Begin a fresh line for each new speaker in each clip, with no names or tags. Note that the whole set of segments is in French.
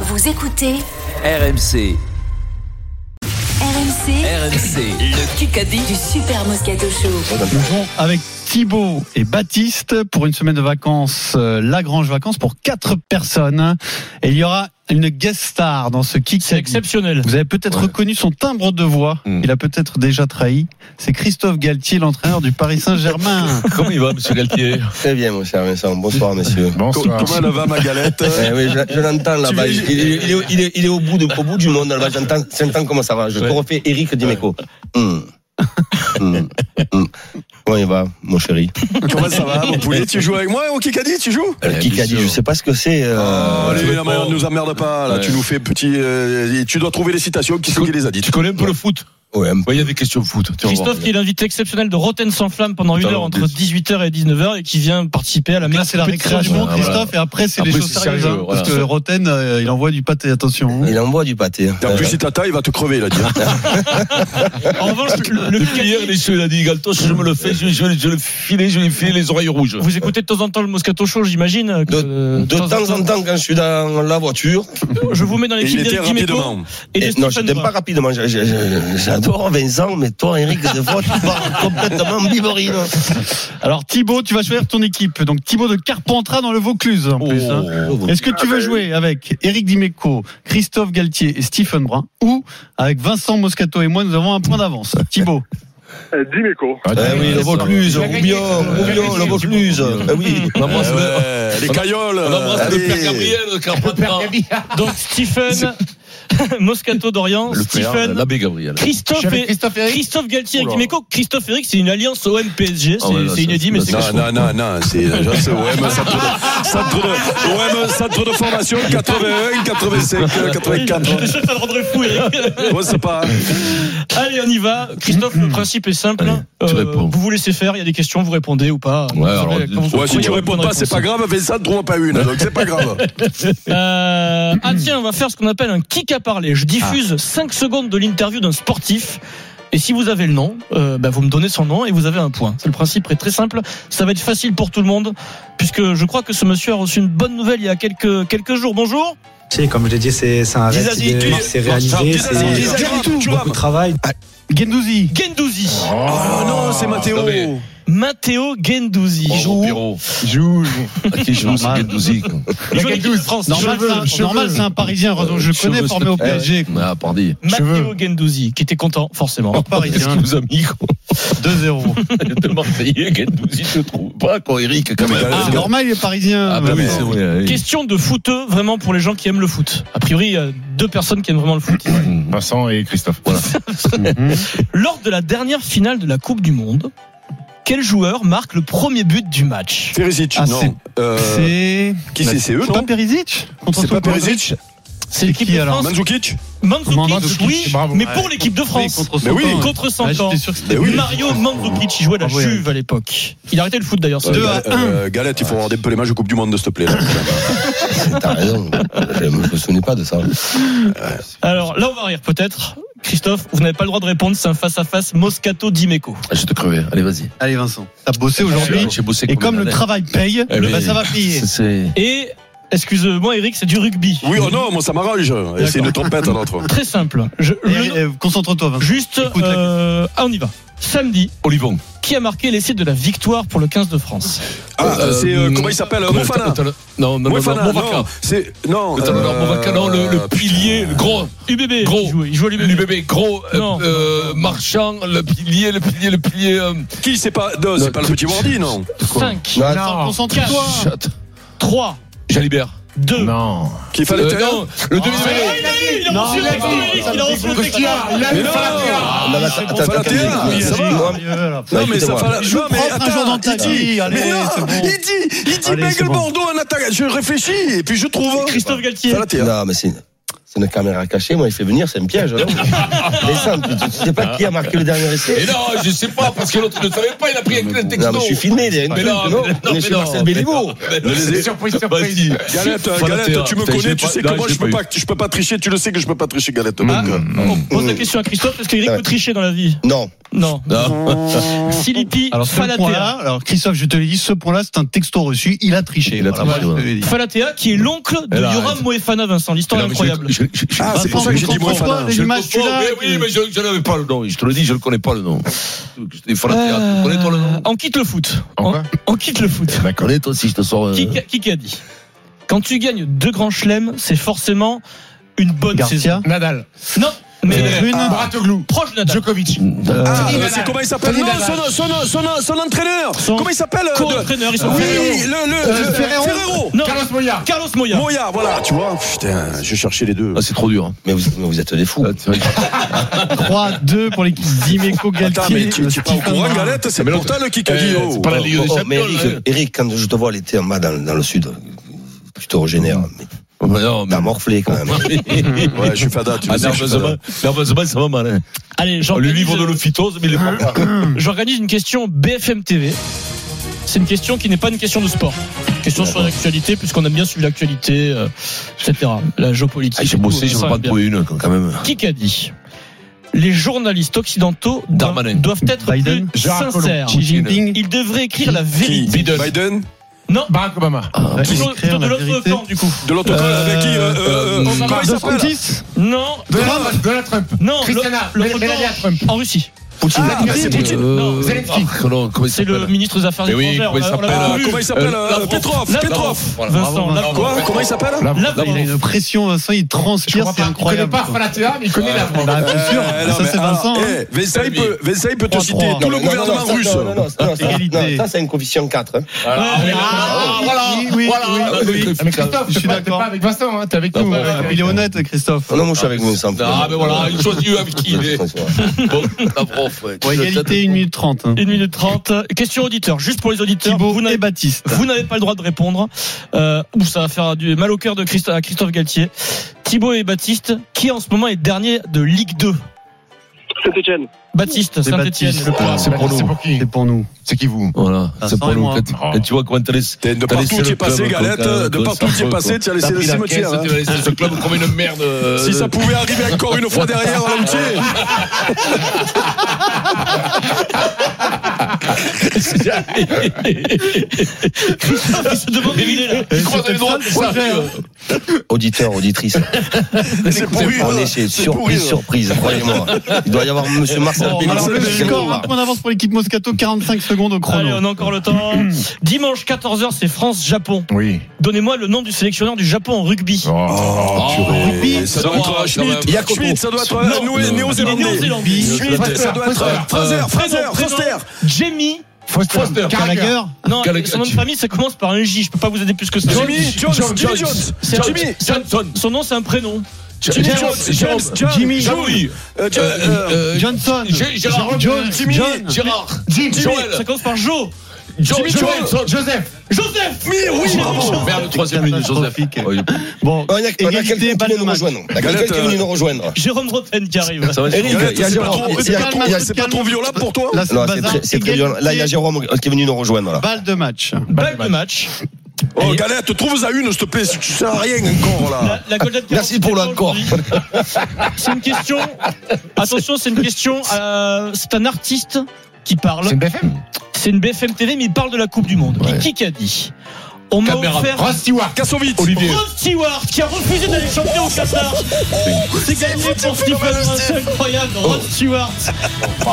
Vous écoutez
RMC,
RMC,
RMC, le Kikadi
du Super Moscato Show.
Bonjour, avec Thibaut et Baptiste pour une semaine de vacances, euh, Lagrange Vacances pour quatre personnes. Et il y aura une guest star dans ce kick.
C'est exceptionnel.
Vous avez peut-être reconnu son timbre de voix.
Mm.
Il a peut-être déjà trahi. C'est Christophe Galtier, l'entraîneur du Paris Saint-Germain.
Comment il va, monsieur Galtier
Très bien, mon cher Vincent. Bonsoir, messieurs.
Comment elle va ma galette
Eh oui, je je l'entends là-bas. Il, il- il est- il est- il est au bout, de- au bout du monde là-bas. J'entends, j'entends comment ça va. Je te
Ouais.
refais Eric Dimeco. Hmm. Hmm. Hmm. Comment il va, mon chéri
Comment ça va mon poulet Tu joues avec moi au Kikadi Tu joues
Le
Eh,
kick
bien
a dit,
sûr.
je sais pas ce que c'est. euh,
Allez,
veux
la
pas-
merde, nous emmerde pas. Là,
Ouais.
tu nous fais petit. euh, et tu dois trouver les citations. Qui c'est qui les a dites
Tu connais un peu le foot
ouais, un peu.
Ouais, Il y a des questions de foot. tu vas voir.
Christophe qui est l'invité exceptionnel de Rotten sans flamme pendant une
Putain,
heure entre 18h et 19h et qui vient participer à la
Là,
meilleure
c'est la
compétition
récréation,
du monde.
voilà.
Christophe, et après, c'est les
Après,
choses
c'est
sérieuses.
sérieux,
hein,
voilà.
Parce que Roten, euh, il envoie du pâté, attention. hein.
Il envoie du pâté.
Et En
Euh,
plus, il t'a taille, il va te crever, il a dit.
En revanche, le, le
Depuis hier,
Kikadi,
il est sûr, il a dit Galtos, je me le fais, je, je, je le filais, je lui filais les oreilles rouges.
vous écoutez de temps en temps le Moscato Show, j'imagine. que-
de, de temps en temps, quand je suis dans la voiture,
Je vous mets dans les
Et il
films
était
d'Éric Dimeco
rapidement.
et de
Eh, non, je
Stéphane
t'aime pas
Brun.
rapidement. Je- je- je- J'adore Vincent, mais toi, Eric, des fois, tu parles complètement biborine.
Alors, Thibaut, tu vas choisir ton équipe. Donc, Thibaut de Carpentras dans le Vaucluse,
Oh.
en plus. hein.
Eh
Est-ce que tu veux jouer avec Eric Dimeco, Christophe Galtier et Stephen Brun ou avec Vincent Moscato et moi, nous avons un point d'avance Thibaut.
Euh, Dimeco.
Ah,
Eh oui, le Vaucluse, Roubion, Roubion, le Vaucluse. Eh oui.
On embrasse,
Eh
le-
ouais, les cailloles.
on embrasse le père
Allez.
Gabriel, le Carpentras.
Donc Stephen, Moscato d'Orient,
Le père,
Stephen,
l'abbé Gabriel.
Christophe et Christophe, Galtier et Eric Dimeco. Christophe Eric, c'est une alliance OM-PSG.
Ah ouais, là,
C'est c'est
ça,
inédit, mais
ça,
c'est
ça,
quelque
Non,
chose.
non, non, non, c'est je sais, OM, centre de, centre de, OM, centre de formation 81, 85, euh, 84.
J'étais sûr que ça le rendrait fou, Eric.
Ouais, c'est pas. hein.
Allez, on y va. Christophe,
Mm-hmm.
le principe est simple. Euh,
Allez, tu réponds.
vous vous laissez faire, il y a des questions, vous répondez ou pas.
Ouais,
Vous
alors,
savez comment vous
Ouais, si
trouvez
tu
la
réponds
bonne
pas,
réponse.
c'est pas grave. Vincent ne trouve pas une, donc c'est pas grave.
Euh, ah tiens, on va faire ce qu'on appelle un kick à parler. Je diffuse
Ah.
5 secondes de l'interview d'un sportif. Et si vous avez le nom, euh, bah, vous me donnez son nom et vous avez un point. C'est le principe est très simple. Ça va être facile pour tout le monde, puisque je crois que ce monsieur a reçu une bonne nouvelle il y a quelques, quelques jours. Bonjour.
Si, comme je l'ai dit, c'est c'est un rêve qui est- c'est réalisé, c'est beaucoup de travail.
Euh, Gendouzi.
Gendouzi.
Oh non, c'est Mathéo.
Non, mais-
Matteo Gendouzi.
Il joue. Pierrot. Il joue. À qui joue C'est
Normal.
Gendouzi.
Il joue à l'équipe de France.
Normal,
Cheveux,
c'est un-
cheveux.
normal, c'est un Parisien. heureusement, Je le
Cheveux,
connais, formé au
s'il te plaît.
PSG. quoi.
Ah, pardi.
Matteo Gendouzi, qui était content, forcément.
Pas
Qu'est-ce
Parisien.
qu'il nous a mis, quoi
2-0.
Il était Marseillais, Gendouzi, je trouve. Pas, quoi, Eric, quand
Ah,
même.
C'est normal, il est Parisien.
Ah, bah oui, c'est vrai. oui.
Question de footeux, vraiment pour les gens qui aiment le foot. A priori, il y a deux personnes qui aiment vraiment le foot.
Vincent et Christophe. Voilà.
Lors de la dernière finale de la Coupe du Monde, quel joueur marque le premier but du match
Teresic,
Ah,
non. Euh,
C'est.
qui c'est C'est eux,
Pas
non
Perisic
C'est pas Perisic
C'est
qui,
de
alors
France.
Mandzukic
Mandzukic,
Mandzukic,
oui,
bravo.
mais
Ouais.
pour l'équipe de
Oui,
France.
contre son
Mais oui,
camp, ouais.
contre
Ah,
100 ans.
J'étais sûr que
Mais
c'était
oui.
Mario Mandzukic, il jouait à la
Ah ouais.
Juve à l'époque. Il arrêtait le foot d'ailleurs. ça.
Deux
Euh,
à
euh, Galette, il faut regarder un peu les matchs de Coupe du Monde, s'il te plaît. là.
T'as raison. Je je me souvenais pas de ça.
Alors là, on va rire peut-être. Christophe, vous n'avez pas le droit de répondre, c'est un face-à-face Moscato-Dimeco.
Ah, Je te crevais. Allez, vas-y.
Allez, Vincent. T'as bossé aujourd'hui.
J'ai bossé
Et comme le
d'années.
travail paye,
Eh
le-
oui.
bah, ça va payer.
C'est- c'est-
Et, excuse-moi Eric, c'est du rugby.
Oui, oh non, moi ça m'arrange. Et C'est une trompette, l'autre.
Très simple. Je-
Et-
le nom-
et- Eh, Concentre-toi, Vincent.
Juste,
Écoute la
euh, ah, on y va. Samedi,
Olivon.
qui a marqué l'essai de la victoire pour le 15 de France
Ah, euh, c'est. euh, comment il s'appelle
Comment il
Mofana.
s'appelle Non, non, non, non,
Mofana,
Movaca.
non. C'est. Non.
Le talonneur,
euh,
Movaca, non, le, le pilier, le gros,
UBB,
Gros.
il jouait, il jouait à l'UBB.
l'UBB, gros, euh,
Non.
euh, marchand, le pilier, le pilier, le pilier. euh,
Qui c'est pas. Non, c'est
Non.
pas le petit Wardy, non.
5,
Non,
Vincent, Concentre-toi.
Chat.
3,
Jalibert.
2.
Non.
Qui fallait
Euh,
taire
non, le demi
Il a reçu le texte, Eric, il a reçu le texte.
Mais non
Ah,
Ah,
non, mais attends, attends,
Fallait
attends,
taire,
attends,
ça
attends,
va.
moi,
Non,
Non,
mais ça
écoutez-moi.
fallait.
Joue
Non, mais
propre un
attends,
jour dans ta
il dit-
vie, allez,
mais non,
c'est bon.
Il dit, il dit
Allez, c'est
Bengal
bon.
Bordeaux en attaque. Je réfléchis et puis je trouve. hein.
Christophe Galtier.
Fallait taire.
Non, mais c'est. C'est une caméra cachée, moi il fait venir, c'est un piège. non Descends, tu, tu- tu sais pas qui a marqué le dernier essai.
Et non, je sais pas, parce que l'autre ne savait pas, il a pris un clé texto.
Non, mais je suis filmé, il y a une
Mais non, mais
truc, non,
non,
On
mais
est chez
non.
Marcel Béliveau.
C'est surprise, surprise.
Galette, Galette, tu me connais, tu sais que moi je peux pas, je peux pas tricher, tu le sais que je peux pas tricher, Galette.
Ah,
donc, euh,
on pose la question à Christophe, est-ce qu'Eric
Ouais.
peut tricher dans la vie
Non,
Non.
Non.
Silipi,
Alors, ce point-là,
Falatea.
alors Christophe, je te l'ai dit, ce point-là, c'est un texto reçu. Il a triché.
Il a
Voilà,
triché,
moi, je te l'ai dit.
Falatea, qui est l'oncle de
Elle a
Yoram
raison.
Moefana, Vincent. L'histoire est incroyable. Ah,
Ah, c'est pour ça que j'ai dit moi.
François,
Fana.
les images, tu l'as,
mais oui, mais je, je n'avais pas le nom. Je te le dis, je ne connais pas le
Ah.
nom. Je te Falatea, tu connais toi le nom
Euh, On quitte le foot.
En
On,
quoi
on quitte le foot.
ben, connais toi aussi, je te sors.
Qui, qui, qui a dit Quand tu gagnes deux grands chelems, c'est forcément une bonne
Garcia.
saison. Non, mais euh, ah,
Brune.
proche de Nadal. Djokovic.
Ah, euh, c'est comment il s'appelle Non, son, son, son, son entraîneur.
Son-
Comment il s'appelle euh, de-
Co-entraîneur, ils sont
Oui,
Ferrero.
le, le, le-
Ferrero.
Ferrero.
Non, Carlos Moya. Carlos Moya.
Moya, voilà, tu vois. Putain, je cherchais les deux.
Ah, c'est trop dur.
mais vous, mais vous êtes des
Euh,
fous.
3-2 pour l'équipe d'Imeco Galtier.
Attends, mais tu, tu es pas au
Stephen
courant,
Brun.
Galette C'est
Mais
pour
l'autre-
toi le kick
Eh, c'est pas la Ligue des
Oh, mais
Champions.
Eric,
là.
Eric, quand je te vois l'été en bas dans, dans le sud, tu te régénères. Mais
Mais non, mais-
t'as morflé quand même.
Ouais, je suis fada, tu
Ah,
le sais, je suis fada.
nerveusement, nerveusement, ça va mal. hein.
Allez,
On lui
j'organise, euh,
livre de l'ophytose, mais il est
Hein,
pas là.
j'organise une question BFM TV. C'est une question qui n'est pas une question de sport. Question sur l'actualité, puisqu'on aime bien suivre l'actualité, euh, etc. La géopolitique.
Ah, J'ai
et tout,
bossé,
hein,
je
ça
ne peux
aime
pas
bien.
trouver une, quand même.
Qui qu'a dit Les journalistes occidentaux
Darmanin.
doivent, doivent être
Biden.
plus
Gérard
sincères.
Xi Jinping.
Ils devraient écrire la
Qui
vérité.
Biden
Non,
Barack Obama.
Ah,
Ah,
Ouais,
plutôt-
ils écrivent
plutôt de
la
l'autre
vérité.
camp, du coup.
De l'autre côté, avec qui euh, euh, euh,
Obama.
Comment il s'appelle
236
Non,
Donald, Donald Trump.
non,
Christiana,
l'autre camp,
Melania Trump.
en Russie.
Ah, bah, c'est Poutine.
Euh,
Non,
Zelensky.
Ah, non, comment il
C'est le
s'appelle
ministre des Affaires
Mais oui,
étrangères.
comment il
on l'a- on l'a
s'appelle,
pas vu.
Comment il s'appelle
Euh,
euh,
Lavrov.
Petrov.
Lavrov.
Petrov.
Vincent,
Bravo,
là,
Quoi Comment il s'appelle
Lavrov.
Il a une pression, Vincent, il
Je
transpire,
crois pas.
c'est
Il connaît
incroyable.
pas
quoi.
Falatea, mais il connaît la
Bah, bien sûr,
Eh, non,
ça
mais
c'est
alors,
Vincent. hein.
eh, Vincent, il peut, Vincent, il peut te
3-3.
citer tout le
Non, non, non,
gouvernement
ça,
russe.
non, non, non, ça, non, ça,
Égalité.
non, ça, c'est une coefficient 4. hein.
Ah, oui, oui, oui, oui.
Mais Christophe,
Je suis
t'es pas, t'es
d'accord.
pas avec Vincent, hein, t'es avec nous.
Ah, mais Il est honnête, Christophe.
Non, moi je suis avec vous, sans
Ah, mais voilà, une chose due avec qui il est. Bon, Lavrov, ouais.
Bon, égalité 1 minute 30. hein.
1 minute 30. Question auditeur, juste pour les auditeurs.
Thibaut
Vous
et
n'avez
Baptiste.
vous n'avez pas le droit de répondre. Euh, ouh, ça va faire du mal au cœur de Christo- à Christophe Galtier. Thibaut et Baptiste, qui en ce moment est dernier de Ligue 2
Saint-Etienne.
Baptiste,
C'est
Saint-Etienne.
Baptiste, le point.
C'est pour nous. C'est pour qui
C'est pour nous.
C'est qui vous
Voilà,
Vincent
c'est pour
et
nous.
moi.
Peut-être- Et tu vois comment t'as laissé.
T'es- De
T'as
partout où
laissé
tu
le
es passé,
club,
Galette,
quoi,
de
quoi,
partout où tu es
quoi.
passé, tu as laissé le cimetière. hein.
Tu as laissé ce club comme une merde. euh,
Si ça pouvait arriver encore une fois derrière, on le tient.
Christophe, il se demande où il est, là.
Il croise les droits, c'est ça.
Auditeur, auditrice.
C'est pour rire.
On est chez
C'est hein. pour
surprise,
rire.
surprise, croyez-moi. Il doit y avoir monsieur Marcel
Bon,
Béliveau
alors le
qui vient de
score, un
voir.
point d'avance pour l'équipe Moscato, 45 secondes au
Allez,
chrono.
on a encore le temps. Dimanche 14h, c'est France-Japon.
Oui.
Donnez-moi le nom du sélectionneur du Japon en rugby.
Oh, purée. Ça doit être Schmidt.
Yakoto.
Schmidt, ça doit être
Non,
euh, Noé-
Il est
néo-zélandais.
néo-zélandais.
Foster,
Ça doit être
Foster.
euh, Fraser, Fraser,
Prénom, prénom,
Foster.
Jamie.
Foster.
Foster.
Carragher.
Gallagher
Non,
Gallagher.
son nom de famille, ça commence par un J. Je peux pas vous aider plus que ça.
Jimmy Jones, Jimmy Jones,
C'est un-
Jimmy,
c'est un- Son nom, c'est un prénom.
Jimmy Jones, James, John,
Jimmy.
Joey, euh, John, euh,
Johnson
Gé- Gérard.
Jones
Jimmy.
John
Gérard.
Jim.
Joël.
Ça commence par Joe.
Jimmy Jones.
Joseph.
Joseph
Mais oui, bravo.
Merde, le troisième ligne, Joseph.
Catastrophique.
Oh, il-
Bon,
Il y a il y a
égalité,
quelqu'un qui
balle
vient
de
nous
match.
rejoindre. Il y a
Galette,
quelqu'un qui vient nous rejoindre.
Jérôme Roten qui arrive.
Ça va,
Eric,
Jérôme.
il y a
C'est pas
Gérard.
trop-
il y a-
c'est pas trop-
il y a-
c'est pas trop violent pour toi
Là, c'est
Non,
le
c'est
bazar.
très- c'est très
Égalité,
violent. Là, il y a Jérôme qui est venu nous rejoindre. là.
Balle de match.
Balle de match.
Oh,
Allez.
Galette, trouve-en une, s'il te plaît, si tu sers à rien encore, là.
La, la Golden
Merci
40,
pour
c'est
le
quoi aujourd'hui C'est une question. Attention, c'est une question. euh, c'est un artiste qui parle.
C'est une BFM
C'est une BFM TV, mais il parle de la Coupe du Monde. Et qui qui a dit On m'a
Caméra.
offert
Ross Stewart.
Kassovitz.
Olivier.
Rod Stewart qui a refusé d'aller chanter au Qatar. C'est gagné pour Stephen Brun, c'est incroyable. Rod Stewart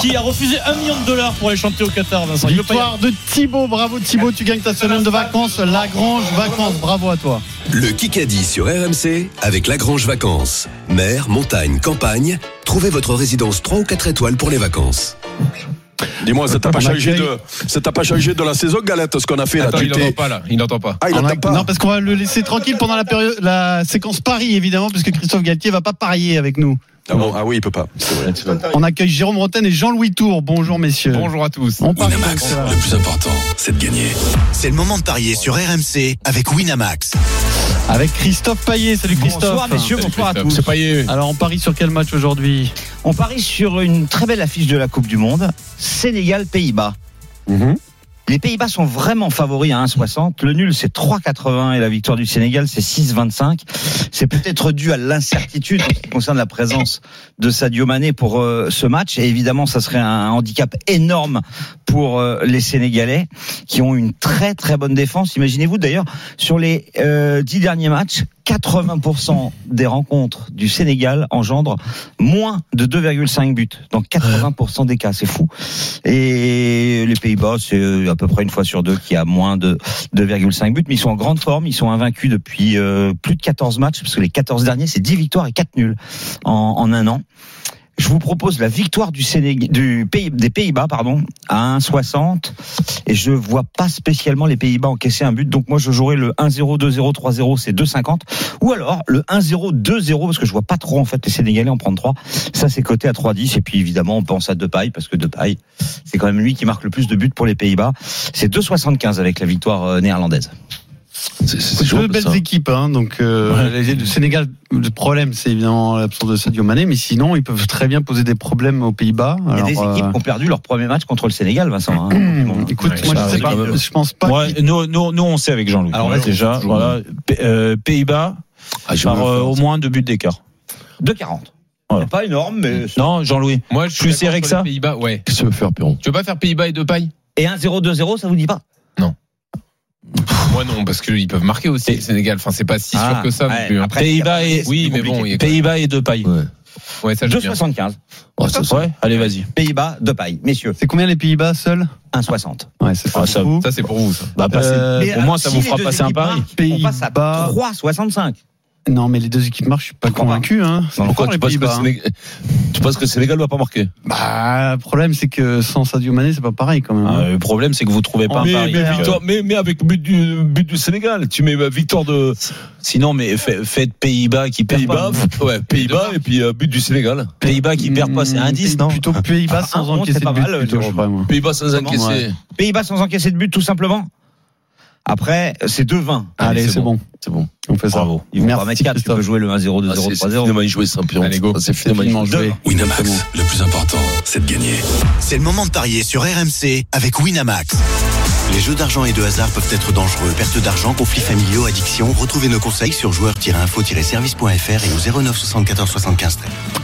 qui a refusé un million de dollars pour aller chanter au Qatar, Vincent. Il veut pas y aller.
Victoire de Thibaut, bravo Thibaut, tu gagnes ta semaine de vacances, Lagrange vacances, bravo à toi.
Le Kikadi sur RMC avec Lagrange Vacances. Mer, montagne, campagne, trouvez votre résidence 3 ou 4 étoiles pour les vacances.
Dis-moi, ça t'a pas
On
changé
accueille.
de, ça t'a pas changé de la saison, Galette, ce qu'on a fait, là.
Attends,
tu
il
t'es-
n'entend pas, là. Il n'entend pas.
Ah, il
On a-
n'entend
Non,
pas.
parce qu'on va le laisser tranquille pendant la période, la séquence Paris évidemment, parce que Christophe Galtier va pas parier avec nous.
Ah bon, ah oui, il peut pas.
On accueille Jérôme Roten et Jean-Louis Tour. Bonjour messieurs.
Bonjour à tous.
Euh, On parie donc,
Winamax,
ça va.
le plus important, c'est de gagner.
C'est le moment de parier sur RMC avec Winamax.
Avec Christophe Payet. Salut Christophe.
Bonsoir messieurs, bonsoir à tous.
Alors on parie sur quel match aujourd'hui
On parie sur une très belle affiche de la Coupe du Monde, Sénégal-Pays-Bas. Les Pays-Bas sont vraiment favoris à 1,60. Le nul, c'est 3,80 et la victoire du Sénégal, c'est 6,25. C'est peut-être dû à l'incertitude en ce qui concerne la présence de Sadio Mané pour euh, ce match. Et évidemment, ça serait un handicap énorme pour euh, les Sénégalais qui ont une très très bonne défense. Imaginez-vous d'ailleurs, sur les euh, dix derniers matchs, 80% des rencontres du Sénégal engendrent moins de 2,5 buts dans 80% des cas, c'est fou. Et les Pays-Bas, c'est euh, à peu près une fois sur deux qui a moins de 2,5 buts, mais ils sont en grande forme, ils sont invaincus depuis euh, plus de 14 matchs, parce que les 14 derniers, c'est 10 victoires et 4 nuls en, en un an. Je vous propose la victoire du Sénég... du pays... des Pays-Bas pardon à 1,60 et je vois pas spécialement les Pays-Bas encaisser un but donc moi je jouerai le 1-0 2-0 3-0 c'est 2,50 ou alors le 1-0 2-0 parce que je vois pas trop en fait les Sénégalais en prendre 3 ça c'est coté à 3,10 et puis évidemment on pense à Depay parce que Depay c'est quand même lui qui marque le plus de buts pour les Pays-Bas c'est 2,75 avec la victoire euh, néerlandaise
C'est deux belles équipes, hein, donc euh, les- le Sénégal. Le problème, c'est évidemment l'absence de Sadio Mané, mais sinon, ils peuvent très bien poser des problèmes aux Pays-Bas.
il y a
Alors,
des équipes
euh,
qui ont perdu leur premier match contre le Sénégal Vincent hein.
Écoute, moi, je sais pas. Je pense pas.
Ouais, nous, nous, nous, on sait avec Jean-Louis.
Alors,
Ouais,
vas-y.
déjà,
Jean-Louis.
voilà, P- euh, Pays-Bas
Ah, je
par
me
euh,
fais-
au moins deux buts d'écart.
2,40
Voilà.
Pas énorme, mais.
Non, Jean-Louis.
Moi, je suis
Plus serré que ça.
Pays-Bas, ouais.
Qu'est-ce que tu veux faire, Perron
Tu veux pas faire Pays-Bas et deux pailles
et 1-0 2-0 ça vous dit pas
Moi non, parce qu'ils peuvent marquer aussi le Sénégal. Enfin, c'est pas si
Ah,
sûr que ça
ouais,
non plus. hein.
après,
Pays-Bas et,
Oui, mais bon, il y a-
Pays-Bas et deux pailles.
Ouais.
ouais, ça j'aime bien.
2,75
Oh, ça, ça-
Ouais, allez, vas-y.
Pays-Bas Depay messieurs
C'est combien les Pays-Bas seuls
1,60
Ouais, c'est
Ah,
pas
ça-
beaucoup.
Ça, c'est pour vous. Ça.
Bah, passez-
Euh,
Mais
pour moi,
alors,
ça
si
vous
les
fera
deux
passer un
équipes
pari.
marquent, On passe à
Pays-Bas.
3,65.
Non, mais les deux équipes marchent, je suis pas
Pourquoi
convaincu. Hein. C'est encore
Pourquoi tu
les
penses, que le
Pays-Bas. hein.
Sénégal... tu penses que le Sénégal va pas marquer
Bah, le problème, c'est que sans Sadio Mané, c'est pas pareil quand même.
Ah,
hein.
Euh, le problème, c'est que vous trouvez pas un
mais,
pari.
mais,
Donc, euh,
victoire- mais- mais avec but du, but du Sénégal, tu mets euh, victoire de
Sinon, mais fa- faites Pays-Bas qui perd
Pays-Bas,
pas.
ouais, Pays-Bas et puis euh, but du Sénégal.
Pays-Bas qui perd pas, c'est un 10, non
Plutôt Pays-Bas sans
Ah, un,
encaisser
c'est pas
de but,
mal,
plutôt, je
Jérôme.
crois, moi.
Pays-Bas sans
Comment,
encaisser.
Pays-Bas sans encaisser de but, tout simplement. Après, c'est 2-20.
Allez, c'est bon.
C'est bon.
On fait ça.
Bravo.
Il faut
Merci,
pas mettre 4, tu peux
Christophe.
jouer le 1-0, 2-0,
Ah, c'est- c'est
3-0.
finalement, il jouait sans pion.
Allez, go.
Ah, C'est finalement, il jouait.
Finement joué.
Winamax, le plus important, c'est de gagner.
C'est le moment de parier sur RMC avec Winamax. Les jeux d'argent et de hasard peuvent être dangereux. Perte d'argent, conflits familiaux, addiction. Retrouvez nos conseils sur joueurs-info-service.fr et au 09 74 75 13.